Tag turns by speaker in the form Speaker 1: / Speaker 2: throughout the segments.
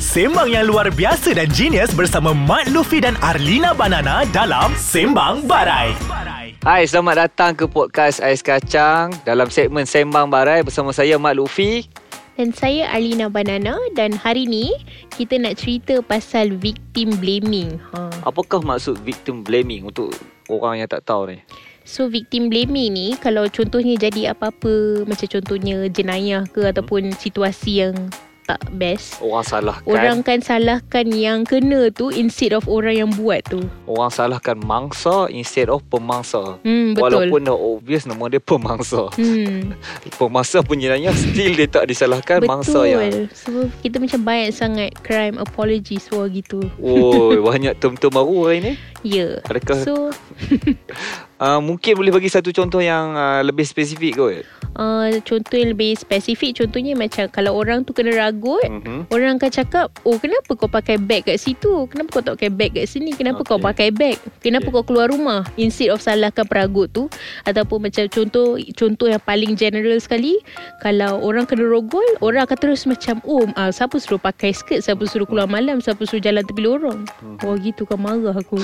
Speaker 1: Sembang yang luar biasa dan genius bersama Mat Luffy dan Arlina Banana dalam Sembang Barai.
Speaker 2: Hai, selamat datang ke podcast Ais Kacang dalam segmen Sembang Barai bersama saya Mat Luffy.
Speaker 3: Dan saya Alina Banana dan hari ni kita nak cerita pasal victim blaming. Ha.
Speaker 2: Apakah maksud victim blaming untuk orang yang tak tahu ni?
Speaker 3: So victim blaming ni kalau contohnya jadi apa-apa macam contohnya jenayah ke ataupun situasi yang tak best.
Speaker 2: Orang salahkan orang,
Speaker 3: Orang kan salahkan yang kena tu instead of orang yang buat tu.
Speaker 2: orang salahkan mangsa instead of pemangsa.
Speaker 3: Hmm betul.
Speaker 2: Walaupun dah obvious nama dia pemangsa.
Speaker 3: hmm
Speaker 2: Pemangsa penyelayang still dia tak disalahkan kan
Speaker 3: betul.
Speaker 2: mangsa ya. yang
Speaker 3: So kita macam banyak sangat crime apologies war gitu.
Speaker 2: Woi, banyak term-term baru hari ni.
Speaker 3: Ya. Yeah.
Speaker 2: Adakah so,
Speaker 3: So
Speaker 2: uh, mungkin boleh bagi satu contoh yang uh, lebih spesifik kot?
Speaker 3: uh, contoh yang lebih spesifik contohnya macam kalau orang tu kena ragut
Speaker 2: Mhm.
Speaker 3: Orang akan cakap Oh kenapa kau pakai beg kat situ Kenapa kau tak pakai beg kat sini Kenapa okay. kau
Speaker 2: Okey.
Speaker 3: pakai beg Kenapa
Speaker 2: Okey.
Speaker 3: okay. kau keluar rumah Instead of salahkan peragut tu Ataupun macam contoh Contoh yang paling general sekali Kalau orang kena rogol Orang akan terus macam Oh ah, siapa suruh pakai skirt Siapa suruh keluar malam Siapa suruh jalan tepi lorong Wah gitu kan marah aku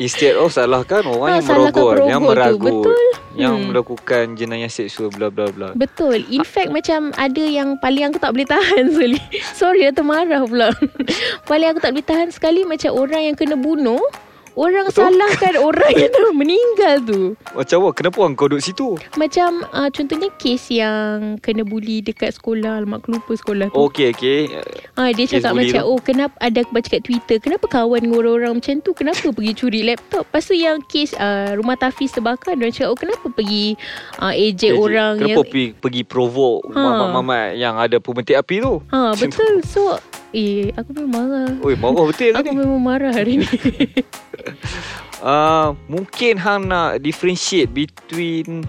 Speaker 2: Instead of salahkan orang
Speaker 3: Ah,
Speaker 2: yang
Speaker 3: salahkan
Speaker 2: merogol,
Speaker 3: perogol
Speaker 2: yang
Speaker 3: tu,
Speaker 2: meragut,
Speaker 3: betul.
Speaker 2: yang
Speaker 3: Hmm.
Speaker 2: melakukan jenayah seksual bla bla bla.
Speaker 3: Betul In fact macam Ada yang paling aku tak boleh tahan Sorry Sorry dah termarah pula Paling aku tak boleh tahan sekali Macam orang yang kena bunuh Orang
Speaker 2: Betul.
Speaker 3: Betul? salahkan orang yang dah meninggal tu
Speaker 2: Macam apa? Kenapa orang kau duduk situ?
Speaker 3: Macam uh, contohnya kes yang kena bully dekat sekolah Alamak aku lupa sekolah tu
Speaker 2: Okey okey.
Speaker 3: ha, Dia
Speaker 2: Oh, kes
Speaker 3: cakap
Speaker 2: bully
Speaker 3: macam
Speaker 2: tu.
Speaker 3: Oh kenapa ada aku baca kat Twitter Kenapa kawan dengan orang-orang macam tu Kenapa pergi curi laptop Lepas tu yang kes uh, rumah Tafiz terbakar Dia cakap oh kenapa pergi uh, ejek orang
Speaker 2: Kenapa pergi, pergi provoke
Speaker 3: Ha.
Speaker 2: mamat-mamat yang ada pemetik api tu?
Speaker 3: Ha
Speaker 2: Macam tu.
Speaker 3: betul So Eh aku memang marah
Speaker 2: Oi, marah betul kan
Speaker 3: Aku
Speaker 2: ni?
Speaker 3: memang marah hari ni
Speaker 2: Uh, mungkin hang nak differentiate between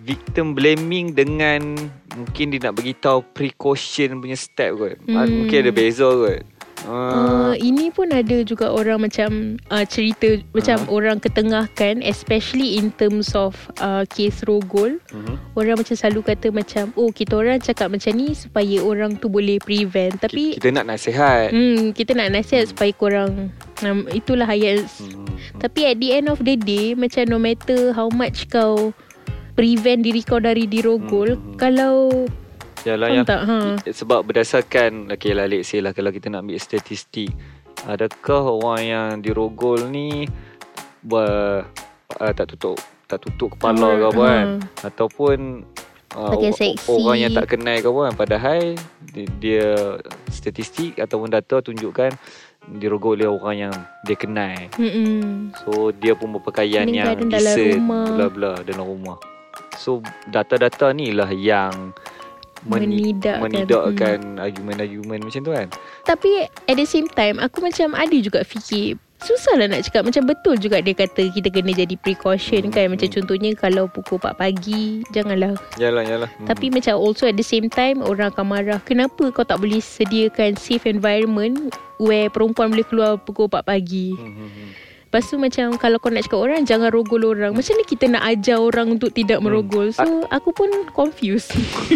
Speaker 2: victim blaming dengan mungkin dia nak beritahu precaution punya step kot. Hmm.
Speaker 3: Hmm.
Speaker 2: Mungkin ada beza kot. Uh,
Speaker 3: uh, Ini pun ada juga orang macam uh, Cerita
Speaker 2: Ha.
Speaker 3: Macam orang ketengahkan Especially in terms of uh, Kes rogol
Speaker 2: Mhm.
Speaker 3: Orang macam selalu kata macam Oh kita orang cakap macam ni Supaya orang tu boleh prevent Tapi
Speaker 2: kita nak nasihat.
Speaker 3: Hmm, kita nak nasihat supaya korang um, Itulah ayat
Speaker 2: Hmm.
Speaker 3: Tapi at the end of the day Macam no matter how much kau Prevent diri kau dari dirogol
Speaker 2: Hmm.
Speaker 3: Kalau
Speaker 2: Yalah
Speaker 3: Faham
Speaker 2: yang
Speaker 3: tak? Ha.
Speaker 2: Ya, Eh, sebab berdasarkan okay lah let's say lah kalau kita nak ambil statistik adakah orang yang dirogol ni ber, uh, tak tutup tak tutup kepala ke apa kan ataupun uh,
Speaker 3: Pakai
Speaker 2: o- o-
Speaker 3: Hmm. seksi.
Speaker 2: orang yang tak kenal ke apa kan padahal dia, dia statistik ataupun data tunjukkan dirogol oleh orang yang dia kenal
Speaker 3: Mm-mm.
Speaker 2: So dia pun berpakaian yang
Speaker 3: Meninggalkan dalam
Speaker 2: decent
Speaker 3: rumah.
Speaker 2: bla bla dalam rumah. So data-data ni lah yang meni-
Speaker 3: Menidakkan.
Speaker 2: menidakkan
Speaker 3: Hmm.
Speaker 2: argumen-argumen macam tu kan.
Speaker 3: kan. Mm. Tapi at the same time Aku macam ada juga fikir Susah lah nak cakap Macam betul juga dia kata Kita kena jadi precaution
Speaker 2: Hmm,
Speaker 3: kan Macam
Speaker 2: hmm.
Speaker 3: contohnya Kalau pukul 4 pagi Janganlah
Speaker 2: Yalah yalah. Hmm.
Speaker 3: Tapi macam also at the same time Orang akan marah Kenapa kau tak boleh sediakan Safe environment Where perempuan boleh keluar Pukul 4 pagi
Speaker 2: hmm.
Speaker 3: Lepas tu macam Kalau kau nak cakap orang Jangan rogol orang Macam mana kita nak ajar orang Untuk tidak
Speaker 2: Hmm.
Speaker 3: merogol So aku pun confused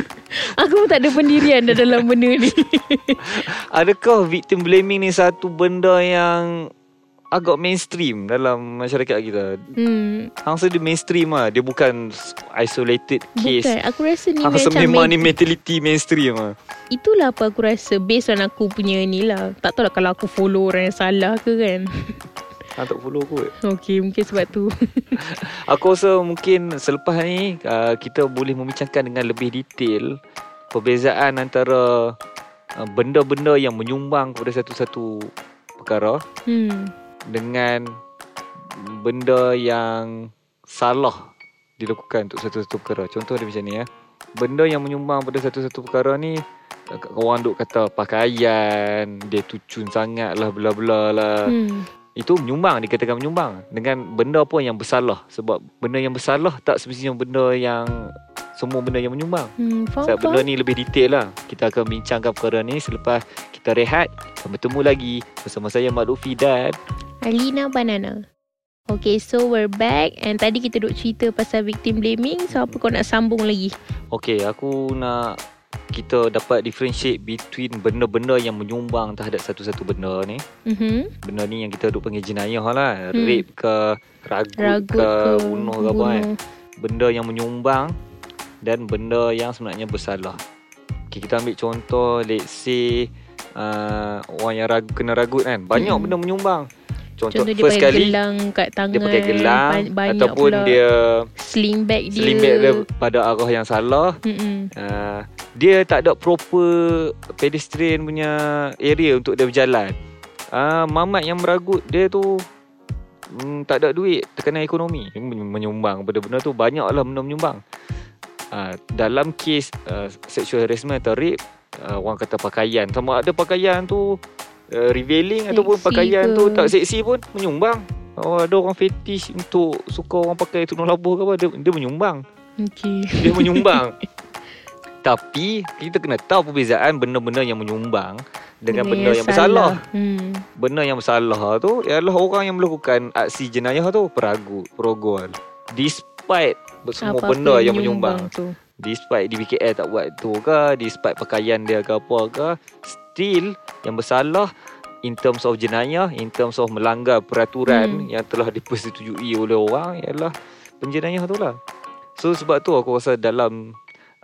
Speaker 3: Aku pun tak ada pendirian Dah dalam benda ni
Speaker 2: adakah victim blaming ni satu benda yang agak mainstream dalam masyarakat kita.
Speaker 3: Hmm
Speaker 2: Hang rasa dia mainstream lah. Dia bukan isolated
Speaker 3: Bukan
Speaker 2: case.
Speaker 3: Aku rasa ni
Speaker 2: Hang rasa
Speaker 3: macam
Speaker 2: memang ni
Speaker 3: med-
Speaker 2: mentality mainstream lah.
Speaker 3: Itulah apa aku rasa Based on aku punya ni lah Tak tahulah kalau aku follow orang yang salah ke kan
Speaker 2: Hang Ha, tak follow kot.
Speaker 3: Okay mungkin sebab tu
Speaker 2: Aku rasa mungkin selepas ni uh, kita boleh membincangkan dengan lebih detail perbezaan antara uh, benda-benda yang menyumbang kepada satu-satu perkara
Speaker 3: hmm.
Speaker 2: dengan benda yang salah dilakukan untuk satu-satu perkara. Contoh dia macam ni ya. Benda yang menyumbang pada satu-satu perkara ni uh, orang duk kata pakaian, dia tu cun sangat lah bla bla lah.
Speaker 3: hmm
Speaker 2: Itu menyumbang Dikatakan menyumbang Dengan benda apa yang bersalah Sebab benda yang bersalah Tak semestinya benda yang Semua benda yang menyumbang
Speaker 3: Hmm Faham
Speaker 2: Sebab benda
Speaker 3: faham
Speaker 2: ni lebih detail lah Kita akan bincangkan perkara ni Selepas kita rehat Kita bertemu lagi Bersama saya Mak Luffy dan
Speaker 3: Alina Banana Okay so we're back And tadi kita duk cerita pasal victim blaming So apa kau nak sambung lagi
Speaker 2: Okay aku nak kita dapat differentiate between benda-benda yang menyumbang terhadap satu-satu benda ni
Speaker 3: Mm-hmm.
Speaker 2: benda ni yang kita duk panggil jenayah lah
Speaker 3: Hmm.
Speaker 2: hmm. rape ke ragut, ke,
Speaker 3: Ragut ke
Speaker 2: bunuh ke apa kan benda yang menyumbang dan benda yang sebenarnya bersalah okay, kita ambil contoh let's say uh, orang yang ragu, kena ragut kan banyak
Speaker 3: Hmm.
Speaker 2: hmm. benda menyumbang contoh,
Speaker 3: Contoh dia
Speaker 2: first
Speaker 3: pakai
Speaker 2: kali
Speaker 3: gelang kat tangan
Speaker 2: dia pakai gelang
Speaker 3: ba- banyak
Speaker 2: ataupun
Speaker 3: pula.
Speaker 2: dia
Speaker 3: sling bag dia
Speaker 2: sling bag dia pada arah yang salah
Speaker 3: Mm-mm.
Speaker 2: Uh, dia tak ada proper pedestrian punya area untuk dia berjalan. Ah uh, mamat yang meragut dia tu mm, tak ada duit terkena ekonomi Dia men- menyumbang benda-benda tu banyaklah benda menyumbang. Uh, dalam kes uh, sexual harassment atau rape uh, orang kata pakaian sama ada pakaian tu uh, revealing
Speaker 3: Seksi
Speaker 2: ataupun pakaian
Speaker 3: ke?
Speaker 2: tu tak seksi pun menyumbang. Oh, ada orang fetish untuk suka orang pakai tudung labuh ke apa dia, dia menyumbang
Speaker 3: Okey.
Speaker 2: dia menyumbang. Tapi kita kena tahu perbezaan benda-benda yang menyumbang dengan benda, yang, bersalah.
Speaker 3: Hmm.
Speaker 2: Benda yang bersalah tu ialah orang yang melakukan aksi jenayah tu peragut, perogol. Despite semua
Speaker 3: Apa-apa
Speaker 2: benda yang menyumbang.
Speaker 3: tu.
Speaker 2: Despite DBKL tak buat tu ke, despite pakaian dia ke apa ke, still yang bersalah in terms of jenayah, in terms of melanggar peraturan
Speaker 3: Hmm.
Speaker 2: yang telah dipersetujui oleh orang ialah penjenayah tu lah. So sebab tu aku rasa dalam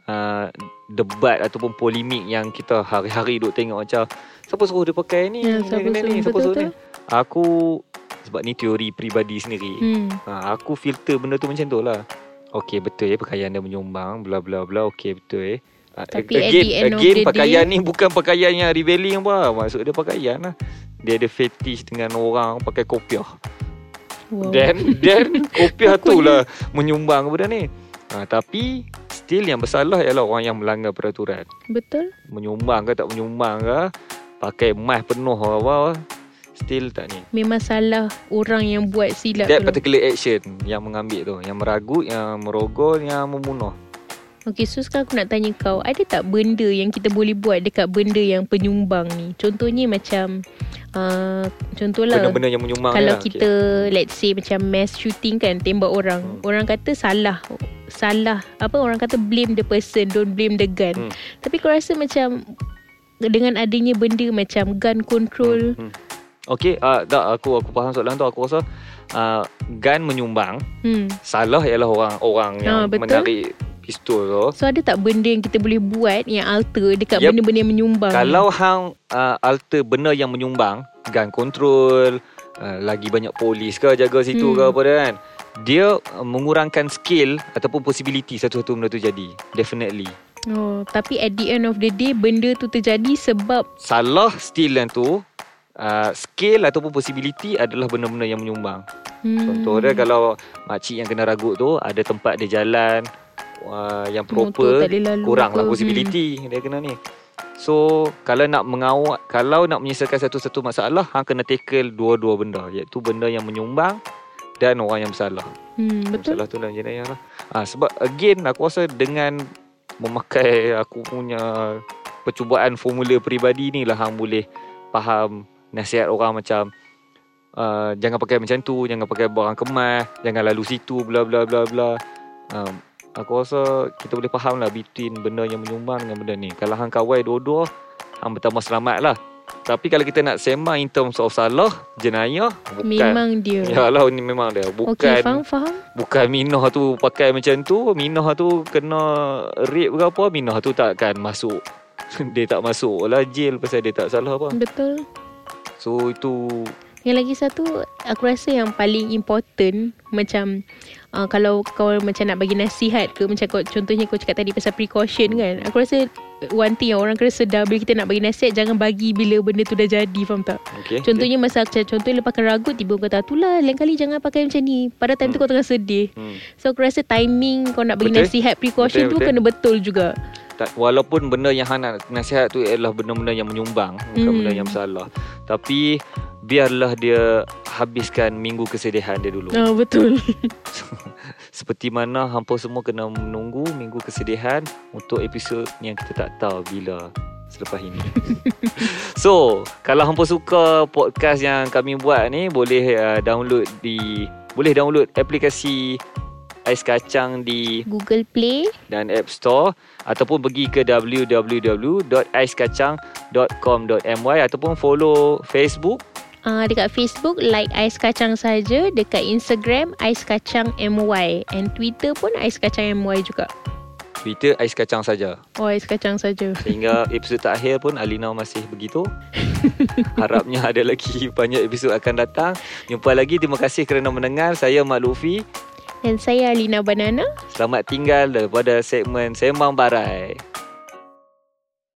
Speaker 2: uh, debat ataupun polemik yang kita hari-hari duk tengok macam siapa suruh dia pakai ni, ni,
Speaker 3: Ya, siapa
Speaker 2: ni, ni, siapa
Speaker 3: suruh,
Speaker 2: suruh
Speaker 3: betul-betul.
Speaker 2: ni. Aku sebab ni teori peribadi sendiri.
Speaker 3: Hmm.
Speaker 2: Ha, aku filter benda tu macam tu lah. Okey betul eh pakaian dia menyumbang bla bla bla okey betul eh. Ha,
Speaker 3: Tapi
Speaker 2: again,
Speaker 3: at the end of
Speaker 2: again
Speaker 3: the
Speaker 2: pakaian ni bukan pakaian yang revealing apa. Maksud dia pakaian lah. Dia ada fetish dengan orang pakai kopiah.
Speaker 3: Wow.
Speaker 2: Then then kopiah
Speaker 3: Pokoknya.
Speaker 2: tu lah menyumbang benda ni. Ha, tapi still yang bersalah ialah orang yang melanggar peraturan.
Speaker 3: Betul.
Speaker 2: Menyumbang ke tak menyumbang ke pakai mas penuh ke apa still tak ni.
Speaker 3: Memang salah orang yang buat silap
Speaker 2: That
Speaker 3: tu. lah.
Speaker 2: particular action yang mengambil tu, yang meragut, yang merogol, yang membunuh.
Speaker 3: Okey, so sekarang aku nak tanya kau, ada tak benda yang kita boleh buat dekat benda yang penyumbang ni? Contohnya macam uh, contohlah
Speaker 2: Benda-benda yang menyumbang
Speaker 3: kalau
Speaker 2: dia lah.
Speaker 3: kita let's say macam mass shooting kan tembak orang
Speaker 2: Hmm.
Speaker 3: orang kata salah salah apa orang kata blame the person don't blame the gun
Speaker 2: Hmm.
Speaker 3: tapi kau rasa macam dengan adanya benda macam gun control
Speaker 2: Hmm. Okey, uh, tak aku aku faham soalan tu. Aku rasa uh, gun menyumbang,
Speaker 3: hmm.
Speaker 2: salah ialah orang orang yang
Speaker 3: Ah, betul.
Speaker 2: menarik pistol tu.
Speaker 3: so ada tak benda yang kita boleh buat yang alter dekat
Speaker 2: Yep.
Speaker 3: benda-benda yang menyumbang
Speaker 2: Kalau hang uh, alter benda yang menyumbang, gun control, uh, lagi banyak polis ke jaga situ hmm.
Speaker 3: Hmm.
Speaker 2: ke apa dia kan. Dia uh, mengurangkan skill ataupun possibility satu-satu benda tu jadi. Definitely.
Speaker 3: oh, tapi at the end of the day benda tu terjadi sebab
Speaker 2: Salah still yang tu uh, skill ataupun possibility adalah benda-benda yang menyumbang.
Speaker 3: hmm,
Speaker 2: Contoh dia kalau makcik yang kena ragut tu ada tempat dia jalan uh, yang
Speaker 3: motor tak
Speaker 2: proper
Speaker 3: boleh lalu
Speaker 2: kuranglah
Speaker 3: ke. hmm,
Speaker 2: possibility dia kena ni. So kalau nak mengawal kalau nak menyelesaikan satu-satu masalah hang kena tackle dua-dua benda iaitu benda yang menyumbang dan orang yang bersalah.
Speaker 3: hmm, hmm, betul
Speaker 2: Bersalah tu dalam jenayah lah. Ha, sebab again aku rasa dengan memakai aku punya percubaan formula peribadi ni lah hang boleh faham nasihat orang macam uh, jangan pakai macam tu, jangan pakai barang kemas, jangan lalu situ bla bla bla bla. Um, aku rasa kita boleh faham lah between benda yang menyumbang dengan benda ni. Kalau hang kawai dua-dua, hang bertambah selamat lah. Tapi kalau kita nak sembang in terms of salah, jenayah, bukan.
Speaker 3: memang dia
Speaker 2: Yalah ni memang dia. Bukan
Speaker 3: Okey, faham faham
Speaker 2: Bukan Minah tu pakai macam tu Minah tu kena rape ke apa Minah tu takkan masuk Dia tak masuk lah jail Pasal dia tak salah apa
Speaker 3: betul
Speaker 2: So itu
Speaker 3: Yang lagi satu Aku rasa yang paling important Macam uh, Kalau kau macam nak bagi nasihat ke Macam kau, contohnya kau cakap tadi Pasal precaution kan Aku rasa One thing yang orang kena sedar Bila kita nak bagi nasihat Jangan bagi bila benda tu dah jadi Faham tak?
Speaker 2: okay,
Speaker 3: Contohnya masa macam Contohnya lepas pakai ragut Tiba kau kata Itulah lain kali jangan pakai macam ni Pada time tu kau tengah sedih
Speaker 2: hmm.
Speaker 3: So aku rasa timing Kau nak bagi
Speaker 2: Betul.
Speaker 3: nasihat Precaution
Speaker 2: Betul,
Speaker 3: tu
Speaker 2: betul.
Speaker 3: kena betul juga
Speaker 2: tak, Walaupun benda yang Han nak nasihat tu Ialah benda-benda yang menyumbang Bukan
Speaker 3: Hmm.
Speaker 2: benda yang salah Tapi Biarlah dia Habiskan minggu kesedihan dia dulu
Speaker 3: oh, Betul
Speaker 2: Seperti mana hampa semua kena menunggu minggu kesedihan untuk episod yang kita tak tahu bila selepas ini. so, kalau hampa suka podcast yang kami buat ni boleh uh, download di boleh download aplikasi Ais Kacang di
Speaker 3: Google Play
Speaker 2: dan App Store ataupun pergi ke www.aiskacang.com.my ataupun follow Facebook
Speaker 3: uh, dekat Facebook like Ais Kacang saja, dekat Instagram Ais Kacang MY and Twitter pun Ais Kacang MY juga.
Speaker 2: Twitter Ais Kacang saja.
Speaker 3: Oh, Ais Kacang saja.
Speaker 2: Sehingga episod terakhir pun Alina masih begitu. Harapnya ada lagi banyak episod akan datang. Jumpa lagi. Terima kasih kerana mendengar. Saya Mak Luffy.
Speaker 3: Dan saya Alina Banana.
Speaker 2: Selamat tinggal daripada segmen Sembang Barai.